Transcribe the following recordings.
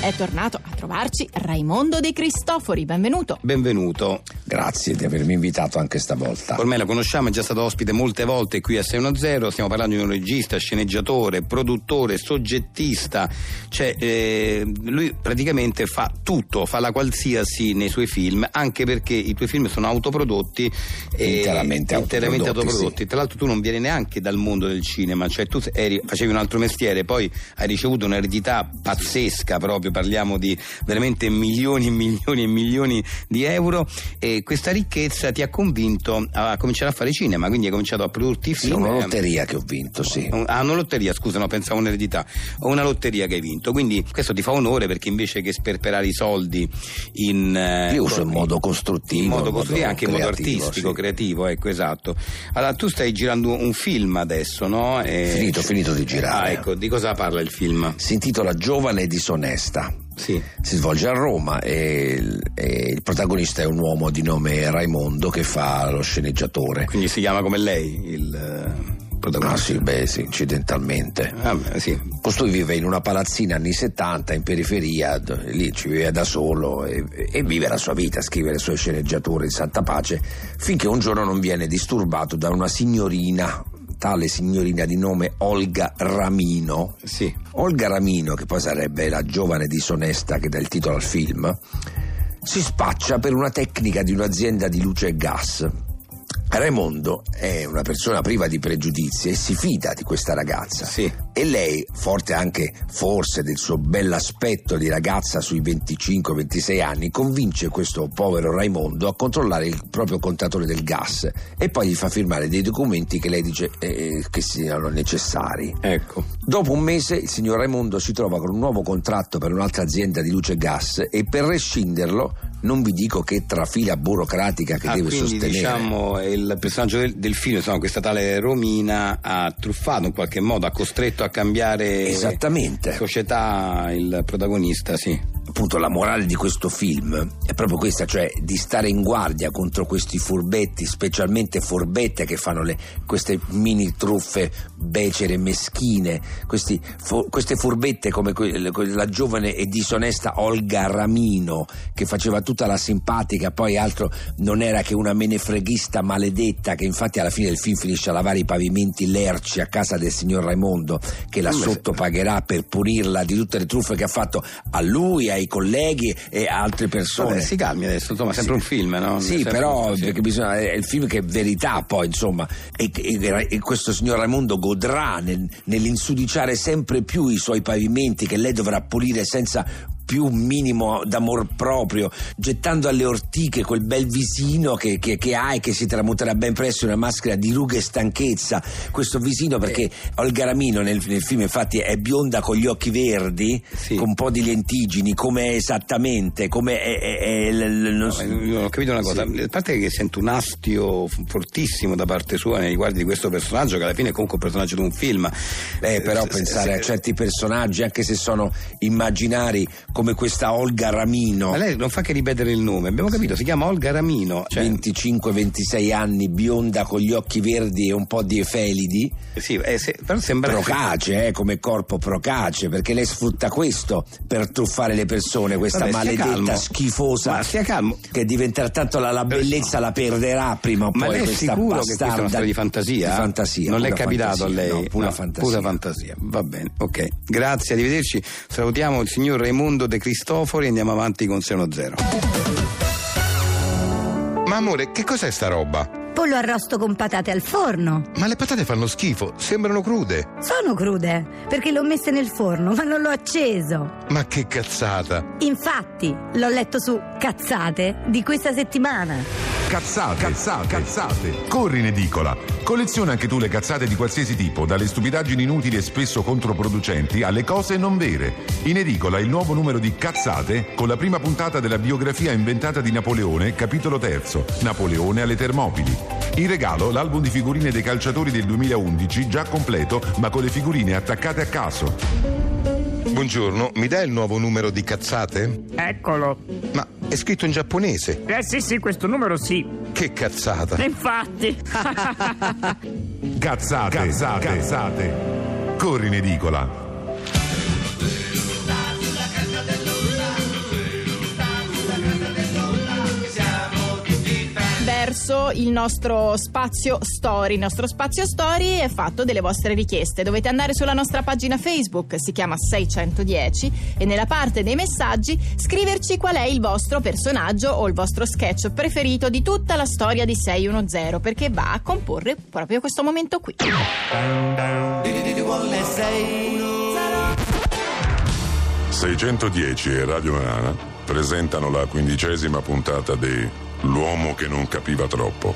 È tornato a trovarci Raimondo De Cristofori, benvenuto. Benvenuto. Grazie di avermi invitato anche stavolta. Ormai lo conosciamo, è già stato ospite molte volte qui a 610. Stiamo parlando di un regista, sceneggiatore, produttore, soggettista. Cioè, eh, lui praticamente fa tutto, fa la qualsiasi nei suoi film, anche perché i tuoi film sono autoprodotti e- Interamente interamente autoprodotti, autoprodotti. Tra l'altro, tu non vieni neanche dal mondo del cinema, cioè tu eri- facevi un altro mestiere, poi hai ricevuto un'eredità pazzesca proprio, parliamo di veramente milioni e milioni e milioni di euro e questa ricchezza ti ha convinto a cominciare a fare cinema, quindi hai cominciato a produrti Sì, è film. una lotteria che ho vinto, sì. Un- Ah, una lotteria, scusa, no, pensavo un'eredità. Una lotteria che hai vinto. Quindi questo ti fa onore perché invece che sperperare i soldi in. eh, Io uso in col- modo costruttivo. in modo costruttivo, anche in modo creativo, artistico, sì. creativo, ecco, esatto. Allora, tu stai girando un film adesso, no? E- Finito, finito di girare. Ah, ecco, di cosa parla il film? Si intitola Giovane disonesta. Sì. Si svolge a Roma e il, e il protagonista è un uomo di nome Raimondo che fa lo sceneggiatore. Quindi si chiama come lei il eh, Ah protagonista? sì, beh sì, incidentalmente. Ah, beh, sì. Costui vive in una palazzina anni 70 in periferia, d- lì ci viveva da solo e, e vive la sua vita, scrive le sue sceneggiature in santa pace, finché un giorno non viene disturbato da una signorina, tale signorina di nome Olga Ramino. Sì. Olga Ramino, che poi sarebbe la giovane disonesta che dà il titolo al film, si spaccia per una tecnica di un'azienda di luce e gas. Raimondo è una persona priva di pregiudizi e si fida di questa ragazza. Sì. E lei, forte anche forse del suo bell'aspetto di ragazza sui 25-26 anni, convince questo povero Raimondo a controllare il proprio contatore del gas e poi gli fa firmare dei documenti che lei dice eh, che siano necessari. Ecco. Dopo un mese il signor Raimondo si trova con un nuovo contratto per un'altra azienda di luce e gas e per rescinderlo non vi dico che trafila burocratica che Ah, deve quindi sostenere. diciamo il personaggio del, del film, insomma, questa tale Romina ha truffato in qualche modo, ha costretto a cambiare Esattamente. società il protagonista, sì. appunto la morale di questo film è proprio questa, cioè di stare in guardia contro questi furbetti, specialmente furbette che fanno le- queste mini truffe becere, meschine, questi fu- queste furbette come que- que- la giovane e disonesta Olga Ramino che faceva tutta la simpatica, poi altro non era che una menefreghista maledetta che infatti alla fine del film finisce a lavare i pavimenti lerci a casa del signor Raimondo che la Come se- sottopagherà per punirla di tutte le truffe che ha fatto a lui, ai colleghi e a altre persone. Vabbè, si calmi adesso, insomma, è sempre un film, no? Sì, Sempre però un- sì. perché bisogna, è il film che è verità poi, insomma, e, e- e questo signor Raimondo godrà nel- nell'insudiciare sempre più i suoi pavimenti che lei dovrà pulire senza più un minimo d'amor proprio, gettando alle ortiche quel bel visino che, che- che ha e che si tramuterà ben presto in una maschera di rughe e stanchezza. Questo visino perché Eh. Olga Ramino nel, nel film infatti è bionda con gli occhi verdi, Sì. con un po' di lentigini, come è esattamente, come è... è- è l- l- non No, so- ma io non ho capito una cosa, a parte che sento un astio f- fortissimo da parte sua nei riguardi di questo personaggio, che alla fine è comunque un personaggio di un film. Eh, però S- s- pensare se- a certi personaggi, anche se sono immaginari, come questa Olga Ramino, Ma lei non fa che ripetere il nome, abbiamo capito, si chiama Olga Ramino. Cioè, 25-26 anni, bionda con gli occhi verdi e un po' di efelidi, sì, eh, se- però sembra. procace, eh, come corpo procace, perché lei sfrutta questo per truffare le persone, questa Vabbè, stia maledetta calmo. schifosa. Ma stia calmo. Che diventerà tanto la, la bellezza la perderà prima o Ma poi lei è questa sicuro che questa bastarda è una storia di fantasia? Di fantasia, Non le è pura capitato a fantasia, lei? no, pura No, fantasia. pura fantasia. Va bene, ok. Grazie, arrivederci. Salutiamo il signor Raimondo De Cristofori e andiamo avanti con 610. Ma amore, che cos'è sta roba? Pollo arrosto con patate al forno. Ma le patate fanno schifo, sembrano crude. Sono crude, perché le ho messe nel forno, ma non l'ho acceso. Ma che cazzata! Infatti, l'ho letto su Cazzate di questa settimana. Cazzate, cazzate, cazzate. Corri in edicola. Colleziona anche tu le cazzate di qualsiasi tipo, dalle stupidaggini inutili e spesso controproducenti alle cose non vere. In edicola il nuovo numero di Cazzate con la prima puntata della biografia inventata di Napoleone, capitolo terzo, Napoleone alle Termopili. In regalo l'album di figurine dei calciatori del 2011, già completo, ma con le figurine attaccate a caso. Buongiorno, mi dai il nuovo numero di cazzate? Eccolo. Ma è scritto in giapponese. Eh sì, sì, questo numero sì. Che cazzata! Infatti. Cazzate, cazzate, cazzate. Corri in edicola. attraverso il nostro spazio story. Il nostro spazio story è fatto delle vostre richieste. Dovete andare sulla nostra pagina Facebook, si chiama 610, e nella parte dei messaggi scriverci qual è il vostro personaggio o il vostro sketch preferito di tutta la storia di 610, perché va a comporre proprio questo momento qui. e Radio Manana presentano la quindicesima puntata di L'uomo che non capiva troppo.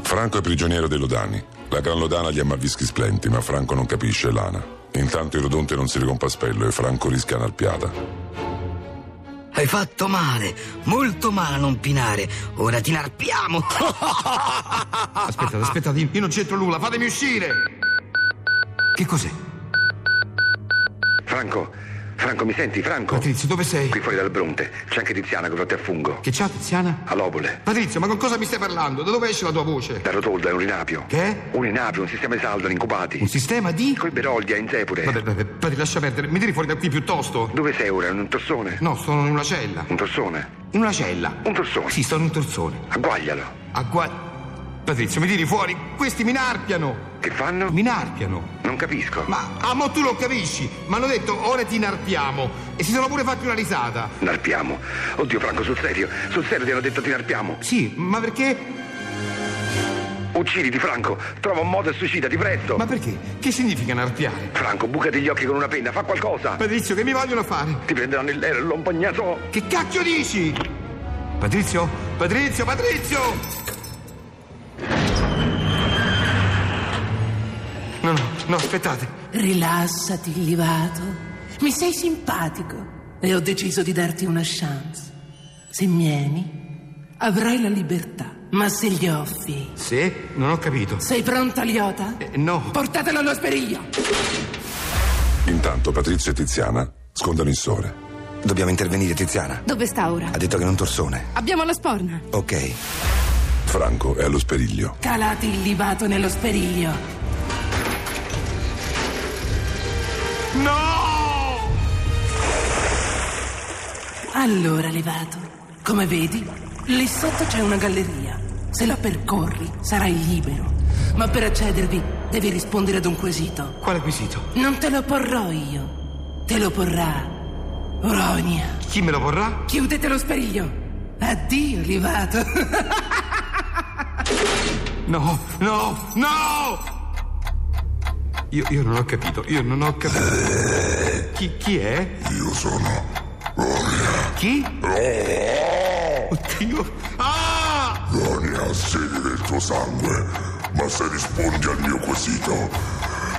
Franco è prigioniero dei Lodani. La Gran Lodana gli amma vischi splenti, ma Franco non capisce l'ana. Intanto il rodonte non si ricompa a spello e Franco rischia un'arpiata. Hai fatto male, molto male a non pinare. Ora ti narpiamo. Aspettate, aspettate, io non c'entro nulla, fatemi uscire! Che cos'è? Franco, Franco, mi senti, Franco? Patrizio, dove sei? Qui fuori dal Bronte c'è anche Tiziana che frotte a fungo. Che c'ha, Tiziana? All'obole. Patrizio, ma con cosa mi stai parlando? Da dove esce la tua voce? Da Rotolda è un rinapio. Che? Un rinapio, un sistema di saldo, incubati. Un sistema di... Coi Beroldia, in Zepure. Vabbè, vabbè, Patri, lascia perdere, mi tiri fuori da qui piuttosto. Dove sei ora? In un torsone? No, sono in una cella. Un torsone? In una cella. Un torsone? Sì, sono in un torsone. Agguaglialo. A gua... Patrizio, mi tiri fuori? Questi mi narpiano! Che fanno? Mi narpiano! Non capisco. Ma, ah, mo tu non capisci! Mi hanno detto, ora ti narpiamo! E si sono pure fatti una risata! Narpiamo. Oddio, Franco, sul serio. Sul serio ti hanno detto ti narpiamo. Sì, ma perché? Ucciditi, Franco. Trova un modo e suicidati presto. Ma perché? Che significa narpiare? Franco, bucati gli occhi con una penna, fa qualcosa. Patrizio, che mi vogliono fare? Ti prenderanno il l'aereo, l'ompagnazzo. Che cacchio dici? Patrizio? Patrizio, Patrizio! No, no, no, aspettate. Rilassati, Livato. Mi sei simpatico e ho deciso di darti una chance. Se mieni, avrai la libertà. Ma se gli offi, Sì? Non ho capito. sei pronta, Liota? Eh, no. Portatelo allo speriglio! Intanto Patrizio e Tiziana scondano il sole. Dobbiamo intervenire, Tiziana. Dove sta ora? Ha detto che non torsone. Abbiamo la sporna. Ok. Franco è allo speriglio. Calati il Livato nello speriglio. No! Allora, Livato, come vedi, lì sotto c'è una galleria. Se la percorri, sarai libero. Ma per accedervi, devi rispondere ad un quesito. Quale quesito? Non te lo porrò io, te lo porrà Ronia. Chi me lo vorrà? Chiudete lo speriglio. Addio, Livato. No, no, no! Io, io non ho capito, io non ho capito. Chi, chi è? Io sono Chi? Oddio. Ah! Ronia, sedi del tuo sangue, ma se rispondi al mio quesito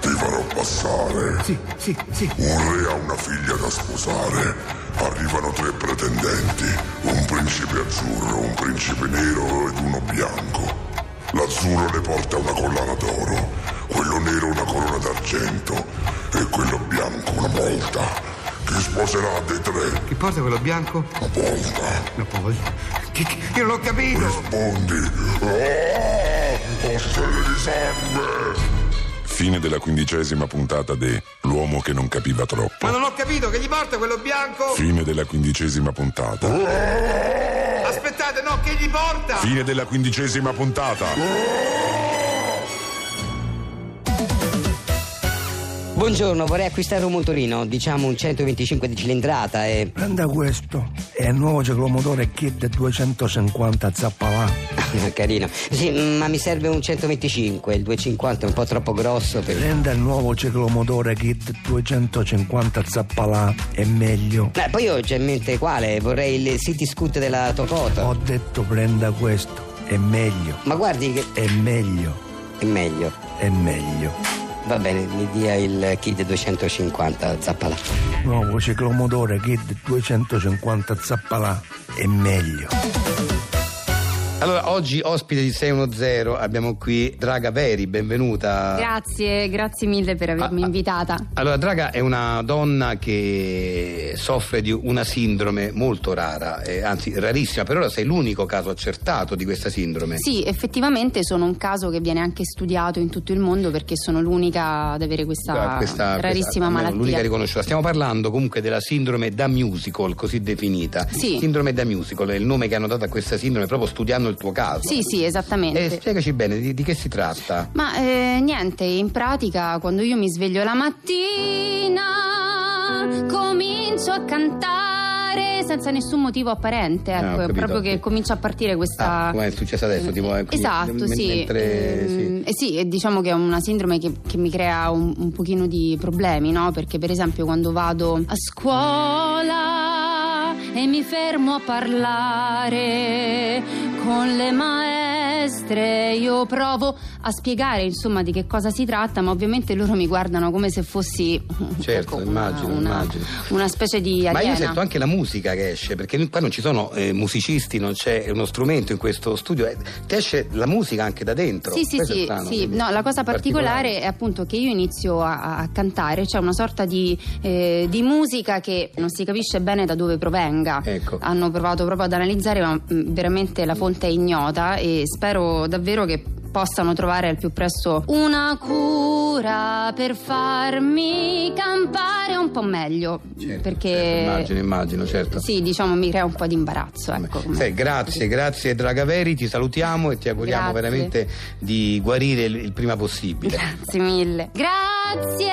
ti farò passare. Sì, sì, sì. Un re ha una figlia da sposare. Arrivano tre pretendenti, un principe azzurro, un principe nero ed uno bianco. L'azzurro le porta una collana d'oro, quello nero una corona d'argento e quello bianco una volta. Chi sposerà dei tre? Chi porta quello bianco? Una volta. Ma poi. Che, che- io non ho capito! Rispondi. Ah, ostelli di sangue! Fine della quindicesima puntata di L'uomo che non capiva troppo. Ma non ho capito che gli porta quello bianco! Fine della quindicesima puntata. Aspettate, no, che gli porta! Fine della quindicesima puntata. Buongiorno, vorrei acquistare un motorino, diciamo un 125 di cilindrata e. Prenda questo, è il nuovo ciclomotore Kid 250 Zappalà. Ah, Carino. Sì, ma mi serve un 125, il 250 è un po' troppo grosso per. Prenda il nuovo ciclomotore Kid 250 Zappalà, è meglio. Beh, poi io c'è in mente quale, vorrei il City Scoot della Ho Tokoto. detto prenda questo, è meglio, Ma guardi che è meglio, è meglio. è meglio. Va bene, mi dia il kit 250, zappala. Nuovo ciclomotore Kid 250 Zappalà, è meglio. Allora, oggi ospite di 610 abbiamo qui Draga Veri, benvenuta. Ah, Grazie, grazie mille per avermi invitata. Allora, Draga è una donna che soffre di una sindrome molto rara, eh, anzi rarissima, per ora sei l'unico caso accertato di questa sindrome. Sì, effettivamente sono un caso che viene anche studiato in tutto il mondo perché sono l'unica ad avere questa, Ah, questa- rarissima questa- almeno malattia. L'unica riconosciuta. Stiamo parlando comunque della sindrome da musical, così definita. Sì. Sindrome da musical è il nome che hanno dato a questa sindrome proprio studiando il tuo caso. Sì, sì, esattamente. Eh, spiegaci bene di, di che si tratta. Ma eh, niente, in pratica quando io mi sveglio la mattina comincio a cantare senza nessun motivo apparente, Ah, ho ecco, è capito. proprio che comincia a partire questa... Ah, come è successo adesso? tipo, eh, quindi- Esatto, men- sì. mentre- sì. Ehm, eh sì, e diciamo che è una sindrome che, che mi crea un, un pochino di problemi, no? Perché per esempio quando vado a scuola e mi fermo a parlare con le maestre, io provo a spiegare insomma di che cosa si tratta, ma ovviamente loro mi guardano come se fossi ecco, Certo, immagino, una- immagino. una specie di aliena. Ma io sento anche la musica che esce, perché qua non ci sono eh, musicisti, non c'è uno strumento in questo studio, eh, ti esce la musica anche da dentro. Sì, sì, Questo è sì, strano, sì. quindi. No, la cosa particolare, particolare. è appunto che io inizio a, a cantare, c'è una sorta di, eh, di musica che non si capisce bene da dove provenga. Ecco. Hanno provato proprio ad analizzare, ma mh, veramente la fonte è ignota e spero davvero che possano trovare al più presto una cura per farmi campare un po' meglio. perché certo, Immagino, immagino, certo. sì, diciamo, mi crea un po' di imbarazzo, ecco. come- Sai, grazie, grazie Dragaveri, ti salutiamo e ti auguriamo Grazie. veramente di guarire il, il prima possibile. Grazie mille. Grazie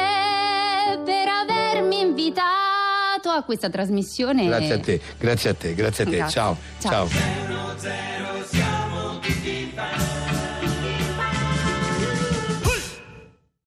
per avermi invitato a questa trasmissione. Grazie a te, grazie a te, grazie a te. Grazie. Ciao. Ciao. ciao.